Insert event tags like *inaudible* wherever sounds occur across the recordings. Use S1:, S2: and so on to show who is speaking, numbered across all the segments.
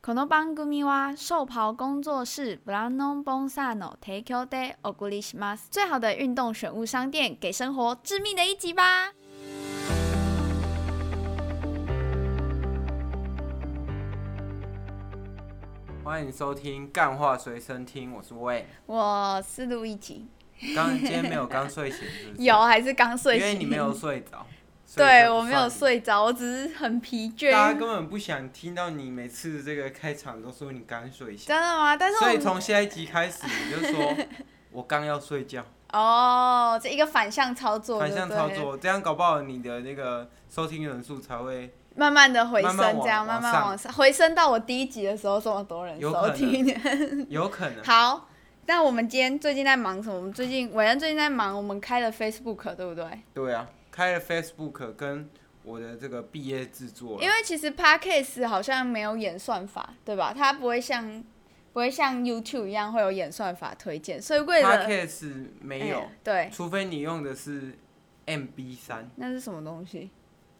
S1: この番組は寿袍工作室ブランドボンサーの提供哦でお送りします。最好的运动选物商店，给生活致命的一击吧！
S2: 欢迎收听《干话随身听》，我
S1: *laughs*
S2: 是魏。
S1: 我是录一集，
S2: 刚今天没有刚睡醒，是不是？
S1: 有还是刚睡
S2: 因为
S1: 醒？
S2: 你没有睡
S1: *laughs*
S2: 着。所以
S1: 对
S2: 这不
S1: 我没有
S2: 算你。
S1: 睡着，我只是很疲
S2: 大家
S1: 倦。
S2: 根本不想听到你每次这个开场都说你刚睡醒，
S1: 真的吗？但是我
S2: 所以
S1: 们
S2: 从下一集开始你就说我刚要睡觉，
S1: 哦，这一个反向操作，
S2: 反向
S1: *laughs* 对不
S2: 操
S1: 对，
S2: 作，这样搞不好你的那个收听人数
S1: *laughs*
S2: 才会
S1: 慢慢的回升，
S2: 慢慢往
S1: 这样慢慢
S2: 往上
S1: 往上，回升到我第一集的时候，这么多人
S2: 有可
S1: 收
S2: 能
S1: 听。
S2: 有可能。
S1: 好，那我们今天最近在忙什么？我们最近伟恩最近在忙，我们开了 Facebook，对不对？
S2: 对啊，开了 Facebook 跟我的这个毕业制作
S1: 因
S2: 了，
S1: 为其实 Podcast 好像没有演算法，对吧？它不会像不会像 YouTube 一样会有演算法推荐，所以为了
S2: Podcast 没有
S1: 哎，对，
S2: 除非你用的是 MB 三。
S1: 那是什么东西？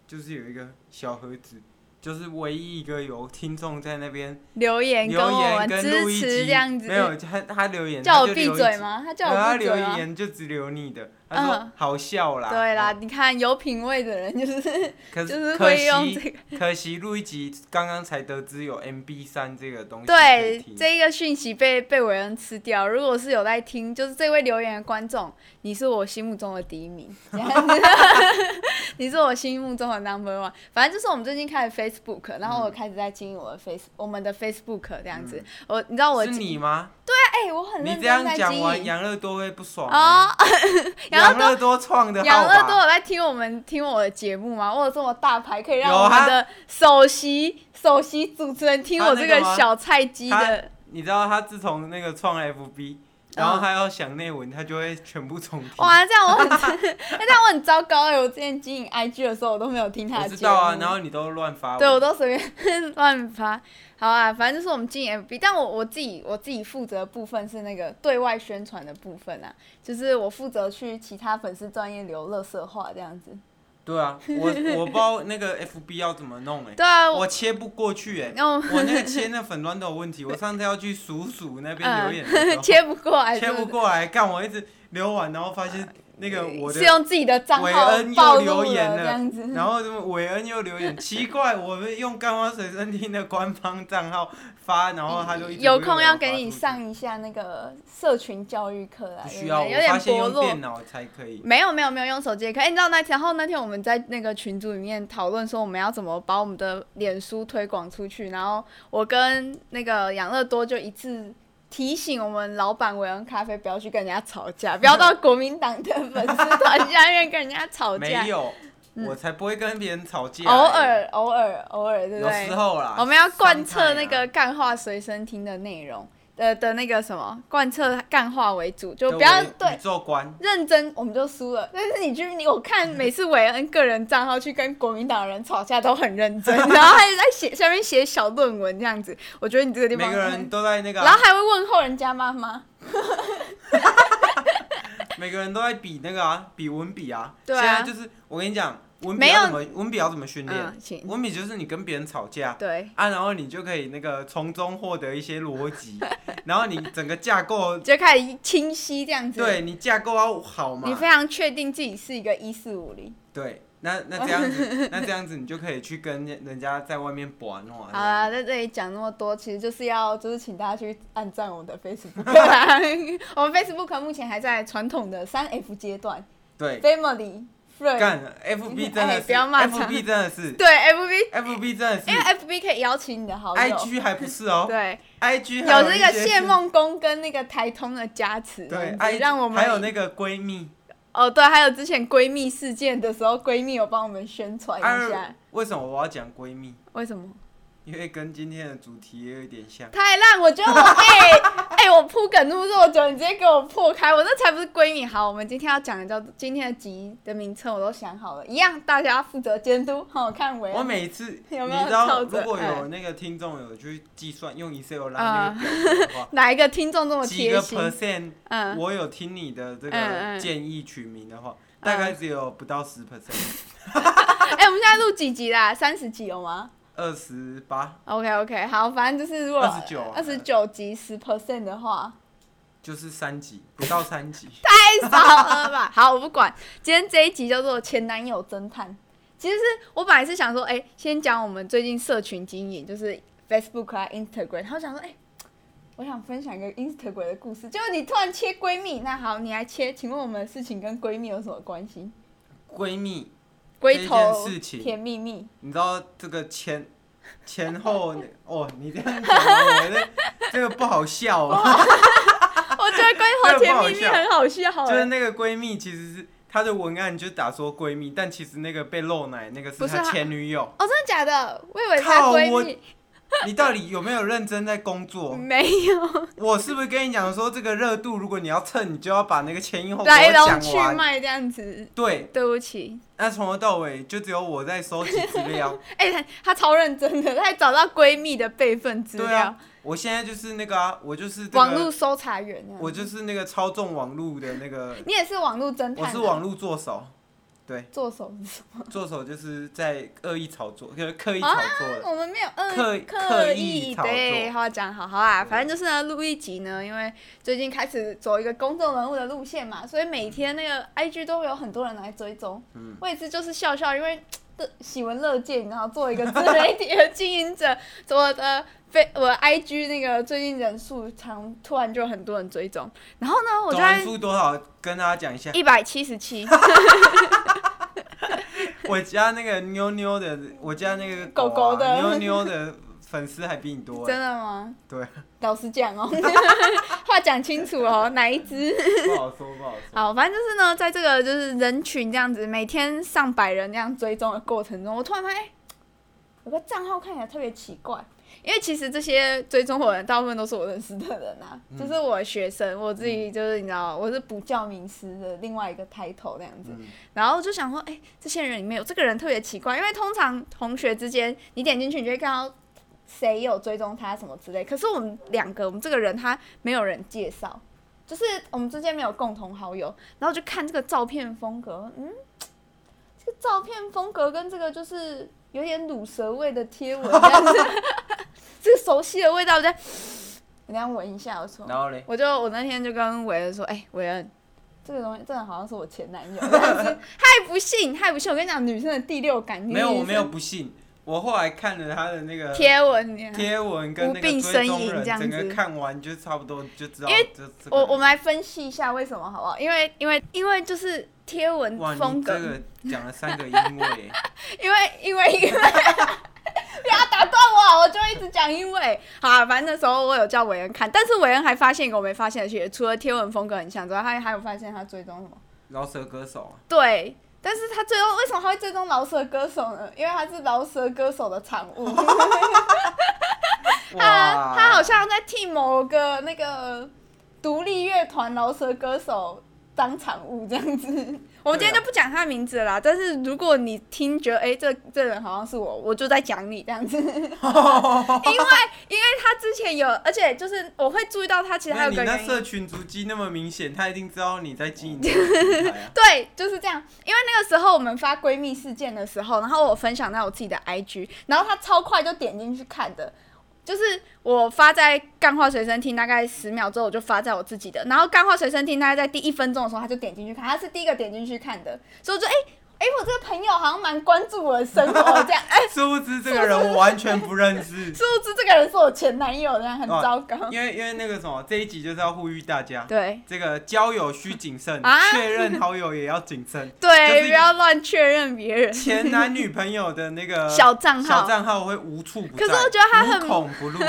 S2: 就是有一个小盒子，就是唯一一个有听众在那边
S1: 留言跟
S2: 留
S1: 我
S2: 言
S1: 们
S2: 跟
S1: 支
S2: 录一
S1: 持
S2: 集
S1: 这样
S2: 没
S1: 子，
S2: 有他他留言，
S1: 叫
S2: 他
S1: 我
S2: 就
S1: 闭
S2: 留一
S1: 嘴
S2: 集？
S1: 吗？他
S2: 对啊
S1: 叫
S2: 他
S1: 我闭
S2: 留
S1: 嘴吗？
S2: 言就只留你的，他说、
S1: 嗯
S2: 好笑啦，
S1: 对啦，
S2: 嗯，
S1: 你看有品味的人就是
S2: 可
S1: 就是
S2: 可
S1: 会用
S2: 惜
S1: 这个，
S2: 可惜录一集刚刚才得知有 MB 三这个东西可以
S1: 对
S2: 听，
S1: 这一个讯息被被韦恩吃掉。如果是有在听，就是这位留言的观众，你是我心目中的第一名，这样
S2: *laughs*
S1: 子你是我心目中的 number one。反正就是我们最近开始 Facebook，然后我开始在经营我的 Face、我们的 Facebook 这样子。我你知道我
S2: 嗯是
S1: 经
S2: 你吗？
S1: 哎、我很
S2: 你
S1: 认
S2: 这
S1: 真
S2: 样
S1: 在经
S2: 讲完，
S1: 营。
S2: 杨乐多会不爽、
S1: 哦
S2: 欸。，
S1: 杨
S2: 杨
S1: 乐
S2: 乐多创的
S1: 多，杨
S2: 号
S1: 乐多
S2: 吧？
S1: 有在听我们听我的节目吗？我有这么大牌，可以让
S2: 有
S1: 我
S2: 啊
S1: 们的首席首席主持人听
S2: 他
S1: 我
S2: 啊那
S1: 这
S2: 个
S1: 个
S2: 吗
S1: 小菜鸡
S2: 他
S1: 的。
S2: 你知道他自从那个创了 FB，
S1: 嗯
S2: 然后他要想内文，他就会全部重听。
S1: 哇，这样我很， *laughs* 那这样我很糟糕哎、我之前经营 IG 的时候，我都没有听他
S2: 我
S1: 的
S2: 知
S1: 节
S2: 道啊，
S1: 目
S2: 然后你都乱发文。
S1: 对我都随便 *laughs* 乱发。好啊，反正就是我们经营 FB，但我我自己我自己负责的部分是那个对外宣传的部分啊，就是我负责去其他粉丝专业留乐色话这样子。
S2: 对啊，我我不知道那个 FB 要怎么弄哎、
S1: 对哦啊，
S2: 我切不过去哎、
S1: 然后
S2: 我那个切那粉砖都有问题，我上次要去数数那边留言的时
S1: 嗯 *laughs*
S2: 候，
S1: 切不过来是
S2: 切
S1: 是
S2: 不过来，干我一直留完，然后发现那个我
S1: 是
S2: 的，
S1: 用自己的账
S2: 韦
S1: 号
S2: 恩又
S1: 暴露
S2: 留言
S1: 这
S2: 了
S1: 样子。
S2: 然后什么韦恩
S1: *laughs*
S2: 又留言，奇怪，我们用干花水生听的官方账号发，然后他就一直
S1: 有
S2: 没有
S1: 空要
S2: 人
S1: 给
S2: 发
S1: 你
S2: 出去，
S1: 上一下那个社群教育课啦，
S2: 不
S1: 对
S2: 需
S1: 不
S2: 要，
S1: 对有
S2: 我发
S1: 点
S2: 现
S1: 薄
S2: 用
S1: 弱。
S2: 电脑才可以。
S1: 没有没有没有用手机也可以。哎、你知道那天，然后那天我们在那个群组里面讨论说我们要怎么把我们的脸书推广出去，然后我跟那个养乐多就一致提醒我们老板韦恩咖啡不要去跟人家吵架，不要到国民党的粉丝团下面跟人家吵架嗯
S2: 没，有，我才不会跟别人吵架欸，
S1: 偶尔偶尔偶尔，对不
S2: 有
S1: 对？
S2: 时候啦，
S1: 我们要贯彻
S2: sometime
S1: 那
S2: 啊
S1: 个干话随身听的内容，呃的那个什么，贯彻干话为主，就不要
S2: 跟我
S1: 对
S2: 宇宙观。
S1: 认真我们就输了，但是你去你我看每次韦恩个人账号去跟国民党人吵架都很认
S2: *laughs*
S1: 真，然后还在写下面写小论文这样子，我觉得你这个地
S2: 每
S1: 方
S2: 个人
S1: 很，
S2: 都在那个
S1: 然
S2: 啊、
S1: 后还会问候人家妈妈，
S2: 每个人都在比那个啊，比文笔啊。
S1: 对啊
S2: 现在就是我跟你讲，文笔
S1: 没有
S2: 要怎么文笔要怎么训练？
S1: 嗯，请
S2: 文笔就是你跟别人吵架
S1: 对，
S2: 啊，然后你就可以那个从中获得一些逻
S1: *laughs*
S2: 辑，然后你整个架构，
S1: 就开始清晰这样子，，
S2: 对你架构要好
S1: 你
S2: 嘛
S1: 非。常确定自己是一个一四五
S2: 哎
S1: 零，
S2: 对，那那这样子，那这样子你就可以去跟人家在外面玩啊
S1: *laughs*
S2: 玩。
S1: 好啦，在这里讲那么多，其实就是要就是请大家去按赞我们的 Facebook *laughs* 啦。我们 Facebook 目前还在传统的三 F 阶段
S2: 对，
S1: ，Family、Friend，
S2: 干 FB 真
S1: 哎
S2: 的
S1: 不
S2: 是
S1: 要骂他
S2: ，FB 真的
S1: *laughs*
S2: 是
S1: 对 FB，
S2: ，FB 真的是
S1: 因为 FB 可以邀请你的好友。
S2: ，IG 还不是哦
S1: *laughs* 对，
S2: ，IG
S1: 有
S2: 还
S1: 这
S2: 一
S1: 个
S2: 些
S1: 谢
S2: 是
S1: 梦工跟那个台通的加持，
S2: 对
S1: 这样子，让我们
S2: 还有那个闺蜜，
S1: 哦对，还有之前闺蜜事件的时候，闺蜜有帮我们宣传一下
S2: 啊。为什么我要讲闺蜜？
S1: 为什么？
S2: 因为跟今天的主题也有一点像。
S1: 太烂！我觉得我哎哎、 *laughs* 我铺梗录这么久，你直接给我破开，我这才不是闺蜜。好，我们今天要讲的叫今天的集的名称我都想好了，一样大家负责监督。 *laughs* 好，我看维
S2: 我
S1: 恩
S2: 每次
S1: 啊 *laughs* 有没有
S2: 你知道，
S1: 照
S2: 如
S1: 着，
S2: 果有那个听众有去计算用 Excel 拉那个表格的
S1: *laughs*
S2: 话
S1: 哪一个听众这么
S2: 几
S1: 啊贴
S2: 个
S1: 心？
S2: percent，
S1: 嗯，
S2: 我有听你的这
S1: 嗯嗯
S2: 个建议取名的话，大概只有不到十 percent，
S1: 哎、我们现在录几集啦？三十集有吗？
S2: 二十八，
S1: OK OK，好，反正就是如果
S2: 29啊
S1: 二十九集十 percent 的话， *laughs*
S2: 就是三级，不到三级。
S1: 太少了吧？ *laughs* 好，我不管。今天这一集叫做前男友侦探。其实是我本来是想说，哎、先讲我们最近社群经营，就是 Facebook 啊、Instagram。然后想说，哎、我想分享一个 Instagram 的故事。结果你突然切闺蜜，那好，你来切。请问我们的事情跟闺蜜有什么关系？
S2: 闺蜜，
S1: 龟头
S2: 这件事情
S1: 甜蜜蜜，
S2: 你知道这个前 *laughs* 前后哦，你这样讲，我这这个不好笑
S1: 欸
S2: 哦。
S1: 我觉得龟头甜
S2: *laughs*
S1: 蜜蜜很好笑。欸
S2: 就是那个闺蜜，其实是她的文案就打说闺蜜，但其实那个被露奶那个是
S1: 不是
S2: 她
S1: 她
S2: 前女友。
S1: 哦，真的假的？我以为是
S2: 靠
S1: 闺
S2: 我
S1: 蜜，
S2: 你到底有没有认真在
S1: *laughs*
S2: 工作？
S1: 没有。
S2: 我是不是跟你讲说，这个热度如果你要蹭，你就要把那个前因后果
S1: 来龙
S2: 哦讲
S1: 啊去
S2: 完？
S1: 脉这样子。
S2: 对，
S1: 对不起，
S2: 那从头到尾就只有我在收集资料。
S1: 哎、她她超认真的，她还找到闺蜜的备份资
S2: 对
S1: 料，
S2: 啊，我现在就是那个啊，我就是这个
S1: 网络搜查员那样。
S2: 我就是那个操纵网络的那个，
S1: 你也是网络侦探、啊
S2: 我是网络作手，对，
S1: 做手术，
S2: 作手就是在恶意炒作，就是刻意炒作的。
S1: 啊我们没有嗯
S2: 呃刻意刻意炒作
S1: 对，好讲好好啊，
S2: 对
S1: 反正就是呢，录一集呢，因为最近开始走一个公众人物的路线嘛，所以每天那个 IG 都会有很多人来追踪。
S2: 嗯
S1: 我也是就是笑笑，因为这喜闻乐见，你知道，作为一个自媒体的经营者，我的非我的 IG 那个最近人数常突然就很多人追踪，然后呢，我就
S2: 总人
S1: 在
S2: 数多少？跟大家
S1: *laughs*
S2: 讲一下，
S1: 一百七十七，
S2: 我家那个妞妞的，我家那个啊
S1: 狗狗的
S2: 妞妞的粉丝还比你多欸，
S1: 真的吗？
S2: 对，
S1: 老实讲哦， *laughs* 话讲清楚哦，哪一只？
S2: 不好说，不好
S1: *laughs*
S2: 说。
S1: 好，反正就是呢，在这个就是人群这样子，每天上百人这样追踪的过程中，我突然发现，哎、有个账号看起来特别奇怪。因为其实这些追踪我的人，大部分都是我认识的人啊，就是我的学生，我自己就是你知道，我是补教名师的另外一个 title 那样子。
S2: 嗯
S1: 然后就想说，哎、这些人里面有这个人特别奇怪，因为通常同学之间，你点进去你就会看到谁有追踪他什么之类。可是我们两个，我们这个人他没有人介绍，就是我们之间没有共同好友。然后就看这个照片风格，嗯，这个照片风格跟这个就是有点乳蛇味的贴文这样子， *laughs* 这个熟悉的味道， *sniffs* 我再我那样闻一下，我说，
S2: 然后嘞，
S1: 我就我那天就跟韦恩说，哎、韦恩，这个东西真的好像是我前男友，但是太不信，太不信！我跟你讲，女生的第六感，
S2: 没有，
S1: 女
S2: 我
S1: 生
S2: 没有不信。我后来看了他的那个
S1: 贴文，你看
S2: 贴文跟那
S1: 无
S2: 个
S1: 病
S2: 追
S1: 呻吟
S2: 踪
S1: 这样
S2: 人，整
S1: 子
S2: 个看完就差不多就知道
S1: 因为
S2: 这。这个
S1: 我
S2: 人
S1: 我们来分析一下为什么好不好？因为因为因为就是贴文
S2: 哇，
S1: 风
S2: 你
S1: 格
S2: 这，个讲了三个欸因为，
S1: 因为因为因为，不要打断我，我就一直讲因为。好、啊，反正那时候我有叫韦恩看，但是韦恩还发现一个我没发现的事情，除了贴文风格很像之外，他还有发现他追踪什么？
S2: 饶舌歌手啊，
S1: 对。但是他最后为什么他会追踪饶舌歌手呢？因为他是饶舌歌手的产 *laughs* 物，他
S2: 啊哇，
S1: 啊他好像在替某个那个独立乐团饶舌歌手当产物这样 *laughs* 子。我们今天就不讲他的名字了啦，但是如果你听觉得哎、诶这这人好像是我，我就在讲你这样子。因为因为 *laughs* 他之前有，而且就是我会注意到他，其实还
S2: 那
S1: 有
S2: 你
S1: 个
S2: 那
S1: 原因。。
S2: 社群足迹那么明显，他一定知道你在经营这个品牌啊
S1: *laughs* 对，就是这样。因为那个时候我们发闺蜜事件的时候，然后我分享在我自己的 IG，然后他超快就点进去看的。就是我发在干话随身听，大概十秒之后我就发在我自己的，然后干话随身听大概在第一分钟的时候他就点进去看，他是第一个点进去看的，所以我就哎哎、诶我这个朋友好像蛮关注我的生活 *laughs* 这样，哎、
S2: 殊不知这个人我完全不认识，
S1: 殊不知这个人是 *laughs* 我前男友，这样很糟糕。
S2: 因为因为那个什么，这一集就是要呼吁大家，
S1: *laughs* 对
S2: 这个交友需谨慎
S1: 啊，，
S2: 确认好友也要谨慎
S1: *laughs* 对，
S2: 就是
S1: 不要乱确认别人。
S2: 前男女朋友的那个
S1: 呃小账号
S2: 小账号会无处不在，
S1: 可是我觉得他很
S2: 无孔不
S1: *laughs*
S2: 入，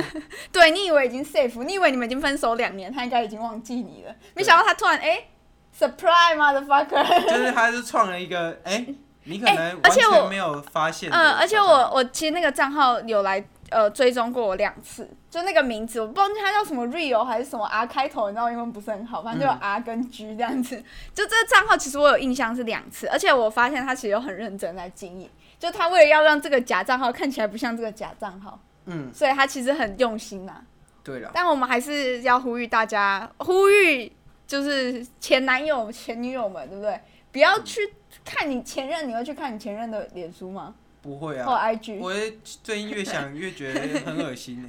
S1: 对你以为已经 safe，你以为你们已经分手两年，他应该已经忘记你了，没想到他突然哎、s u r p r i s e motherfucker！
S2: *laughs* 就是他是创了一个哎。你可
S1: 哎
S2: 能
S1: 而
S2: 完
S1: 且我
S2: 全没有发现的小
S1: 嗯，
S2: 账号，
S1: 而且我我其实那个账号有来呃追踪过我两次，就那个名字我不忘记他叫什么 Rio 还是什么 R 开头，你知道英文不是很好，反正就有 R 跟 G 这样子。就这个账号其实我有印象是两次，而且我发现他其实有很认真在经营，就他为了要让这个假账号看起来不像这个假账号，
S2: 嗯，
S1: 所以他其实很用心啊。
S2: 对了，
S1: 但我们还是要呼吁大家，呼吁就是前男友、前女友们，对不对？不要去看你前任，你会去看你前任的脸书吗？
S2: 不会
S1: 或
S2: 啊，
S1: IG。
S2: 我最近越想越觉得很恶心。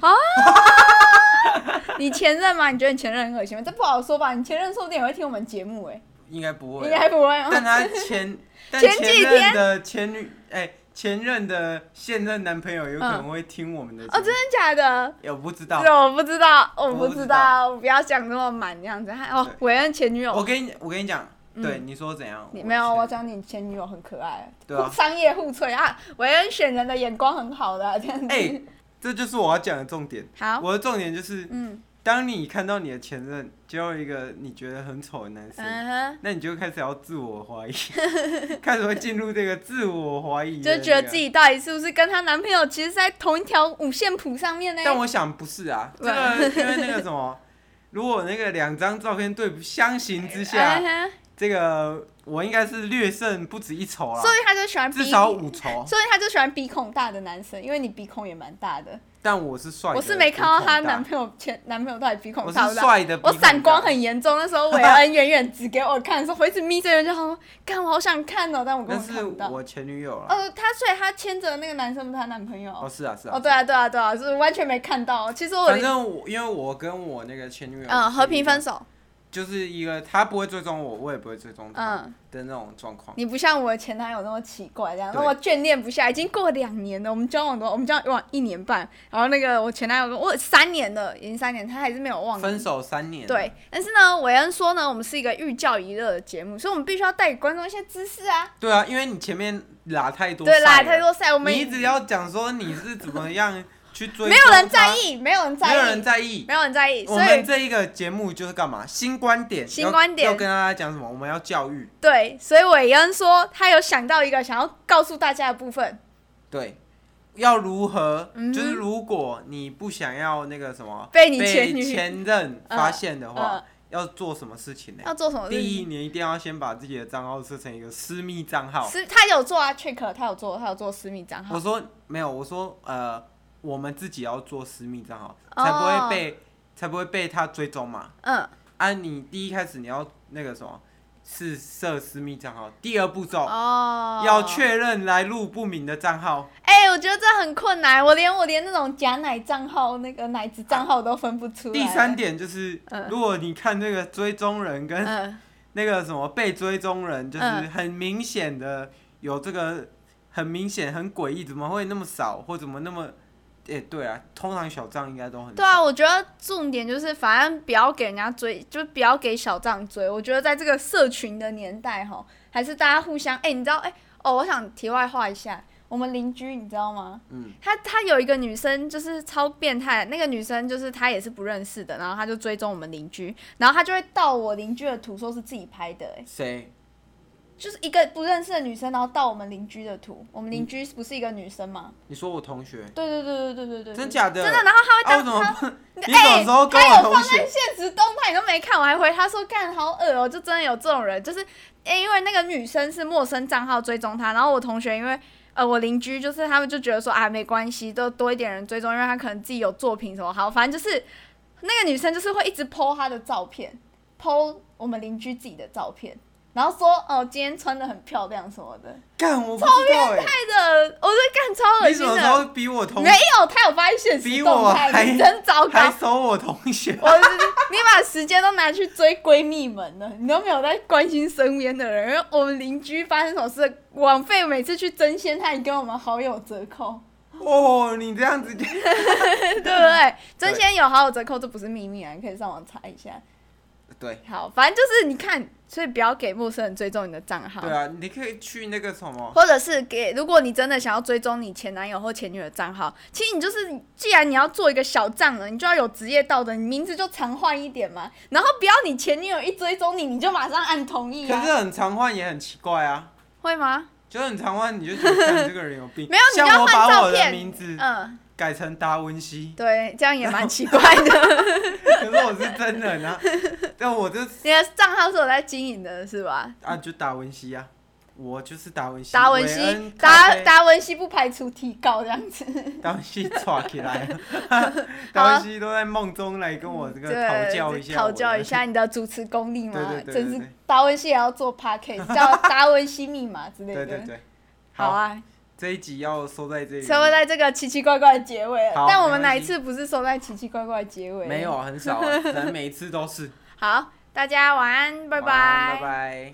S1: *laughs* 你前任吗？你觉得你前任很恶心吗？这不好说吧？你前任说不定也会听我们节目哎、
S2: 应该不会
S1: 应
S2: 啊、
S1: 该不会哦
S2: 但
S1: 吗？
S2: 他
S1: *laughs*
S2: 前但
S1: 前几
S2: 前
S1: 天
S2: 任的前女哎、前任的现任男朋友有可能会听我们的节目，
S1: 嗯哦，真的假的？
S2: 也不知道
S1: 是。哦我不知道，我
S2: 我
S1: 不
S2: 不
S1: 知
S2: 知
S1: 道，我不要讲那么满这样子。还哦
S2: 对，
S1: 韦恩前女友
S2: 我跟你我跟你讲，对你说怎样？
S1: 嗯你没有，啊我
S2: 我
S1: 讲你前女友很可爱，
S2: 对啊
S1: 互商业互吹啊，韦恩选人的眼光很好的、啊这样子。
S2: 哎、这就是我要讲的重点。
S1: 好，
S2: 我的重点就是，
S1: 嗯
S2: 当你看到你的前任交了一个你觉得很丑的男生，
S1: 嗯
S2: 那你就开始要自我
S1: *laughs*
S2: 怀疑，开始会进入这个自我怀疑
S1: 哼，
S2: 的那
S1: 就
S2: 个，
S1: 觉得自己到底是不是跟她男朋友其实是在同一条五线谱上面呢？
S2: 但我想不是啊，这个因为那个
S1: *laughs*
S2: 什么，如果那个两张照片对不相形之下，
S1: 嗯哼
S2: 这个我应该是略胜不止一筹啦
S1: 说，不定他就喜欢鼻，
S2: 至
S1: 说
S2: 少
S1: 不
S2: 五筹。
S1: 定他就喜欢鼻孔大的男生，因为你鼻孔也蛮大的。
S2: 但我是帅的，
S1: 我是没看到她
S2: 鼻孔大
S1: 男，朋友前男朋友到底鼻孔
S2: 我
S1: 大不
S2: 是
S1: 大。
S2: 帅的，
S1: 我
S2: 鼻孔
S1: 散光
S2: 大
S1: 很严重，那时候
S2: *laughs*
S1: 韦恩远远指给我看的时候，我一直眯着眼就好，看我好想看哦，但我根
S2: 那
S1: 本
S2: 是
S1: 看不到。
S2: 我前女友了。
S1: 哦，她所以她牵着那个男生不是她男朋友。
S2: 哦，是啊，是
S1: 哦，
S2: 啊。
S1: 对啊，对啊，对啊，就是完全没看到。哦其实我
S2: 反
S1: 有
S2: 正我因为我跟我那个前女友
S1: 嗯和平分
S2: 手，
S1: 手，
S2: 就是一个他不会追踪我，我也不会追踪他
S1: 嗯，
S2: 的那种状况。
S1: 你不像我前男友那么奇怪，这样那
S2: 对
S1: 么眷恋不下。已经过两年了，我们交往多，我们交往一年半，然后那个我前男友跟我三年了，已经三年，他还是没有忘记
S2: 分手三年，
S1: 对，，但是呢，韦恩说呢，我们是一个寓教于乐的节目，所以我们必须要带给观众一些知识啊。
S2: 对啊，因为你前面拉太多，啊
S1: 对啦，太。多赛，我们
S2: 你一直要讲说你是怎么样去追，
S1: 没有人在，意，没有人在
S2: 没有人
S1: 意，
S2: 在意。
S1: 没有人在意，
S2: 我
S1: 所
S2: 们
S1: 以
S2: 这一个节目就是干嘛？新观点，
S1: 新观点
S2: 要要跟大家讲什么？我们要教育，
S1: 对，所以韦恩说他有想到一个想要告诉大家的部分，
S2: 对，要如何？
S1: 嗯哼
S2: 就是如果你不想要那个什么
S1: 被你前
S2: 被
S1: 女
S2: 前任发现的话，
S1: 嗯
S2: 要做什么事情呢？
S1: 要做什么事
S2: 第一，
S1: 情？
S2: 你一定要先把自己的账号设成一个私密账号。
S1: 私他有做啊，check 他有做，他有做私密账
S2: 我
S1: 号，
S2: 说没有，我说呃，我们自己要做私密账号，
S1: 哦
S2: 才不会被、才不会被他追踪嘛。
S1: 嗯，
S2: 啊，你第一开始你要那个什么，是设私密账号。第二步骤、
S1: 哦，
S2: 要。确认来路不明的账号。
S1: 哎、我觉得这很困难，我连我连那种假奶账号、那个奶子账号都分不出来。
S2: 第三，点就是，
S1: 嗯
S2: 如果你看这个追踪人跟
S1: 嗯，
S2: 那个什么被追踪人，就是
S1: 嗯
S2: 很明显的有这个很明显很诡异，怎么会那么少，或怎么那么，哎、对啊，通常小账应该都很
S1: 对
S2: 少
S1: 啊，我觉得重点就是，反正不要给人家追，就不要给小账追。我觉得在这个社群的年代，哈，还是大家互相，哎、你知道，哎、哦，我想题外话一下，我们邻居你知道吗？
S2: 嗯，
S1: 她她有一个女生就是超变态，那个女生就是她也是不认识的，然后她就追踪我们邻居，然后她就会盗我邻居的图，说是自己拍的、哎，
S2: 谁？
S1: 就是一个不认识的女生，然后盗我们邻居的图。我们邻居不是一个女生吗？
S2: 你说我同学？
S1: 嗯对对对对对对对，
S2: 真假的？
S1: 嗯真的，然后她会
S2: 啊，
S1: 当
S2: 我
S1: 她。
S2: 怎么不？ *laughs* 你
S1: 哎
S2: 什么时候跟
S1: 他
S2: 我
S1: 有
S2: 同
S1: 放在
S2: 学？
S1: 现实动态，你都没看，我还回他说干好恶哦、就真的有这种人，就是、哎，因为那个女生是陌生账号追踪他，然后我同学因为呃我邻居就是他们就觉得说啊没关系，都多一点人追踪，因为他可能自己有作品什么好，反正就是那个女生就是会一直 po 她的照片，po 我们邻居自己的照片。然后说哦，今天穿的很漂亮什么的，
S2: 干，我不知道
S1: 对
S2: 哎、
S1: 的，我就干超恶
S2: 你什
S1: 心
S2: 么时
S1: 的。
S2: 候比我同
S1: 哦没有，他有发现现
S2: 比
S1: 实
S2: 我
S1: 动态，你
S2: 还
S1: 真糟糕
S2: 还。熟我同学？
S1: 我是你把时间都拿去追闺蜜们了，你都没有在关心身边的人。因为我们邻居发生什么事，网费每次去争先，他也给我们好友折扣， *laughs*
S2: 哦，你这样子就
S1: 对不对？争先有好友折扣，这不是秘密啊，你可以上网查一下。
S2: 对
S1: 好，反正就是你看，所以不要给陌生人追踪你的账号。
S2: 对啊，你可以去那个什么，
S1: 或者是给，如果你真的想要追踪你前男友或前女友的账号，其实你就是，既然你要做一个小账了，你就要有职业道德，你名字就常换一点嘛。然后不要你前女友一追踪你，你就马上按同意
S2: 可
S1: 啊
S2: 是，很常换也很奇怪啊。
S1: 会吗？
S2: 就是很常换，你就觉得干这个人有病。
S1: 没有你就
S2: 像我
S1: 换
S2: 把
S1: 照
S2: 我的
S1: 片
S2: 名字
S1: 嗯，，
S2: 改成达文西
S1: 对，这样也蛮奇怪
S2: *laughs*
S1: 的。
S2: 可是我是真
S1: *laughs*
S2: 人啊，但我就
S1: 你的账号是有在经营的，是吧？
S2: 啊就达文西啊，我就是达文西。
S1: 达文
S2: 韦恩
S1: 西，
S2: 咖
S1: 达
S2: 啡
S1: 达文西不排除提告这样子。
S2: 达文西抓起来了，
S1: *laughs*
S2: 达文西都在梦中来跟我这个讨教一下，
S1: 讨教一。下你的主持功力嘛
S2: 对对，对
S1: 真
S2: 对
S1: 是
S2: 对
S1: 达文西也要做 p a c k a g e 叫达文西密码之类
S2: 对
S1: 的。
S2: 对对，
S1: 好，啊，
S2: 这一集要收在这里。
S1: 收在这个奇奇怪怪的结尾了
S2: 好
S1: 但我们
S2: 没
S1: 哪
S2: 问
S1: 一
S2: 题
S1: 次不是收在奇奇怪怪的结尾？
S2: 没。有，很少啊，咱每一次都是。
S1: 好，大家晚安，拜
S2: 晚安拜
S1: 拜。
S2: 拜。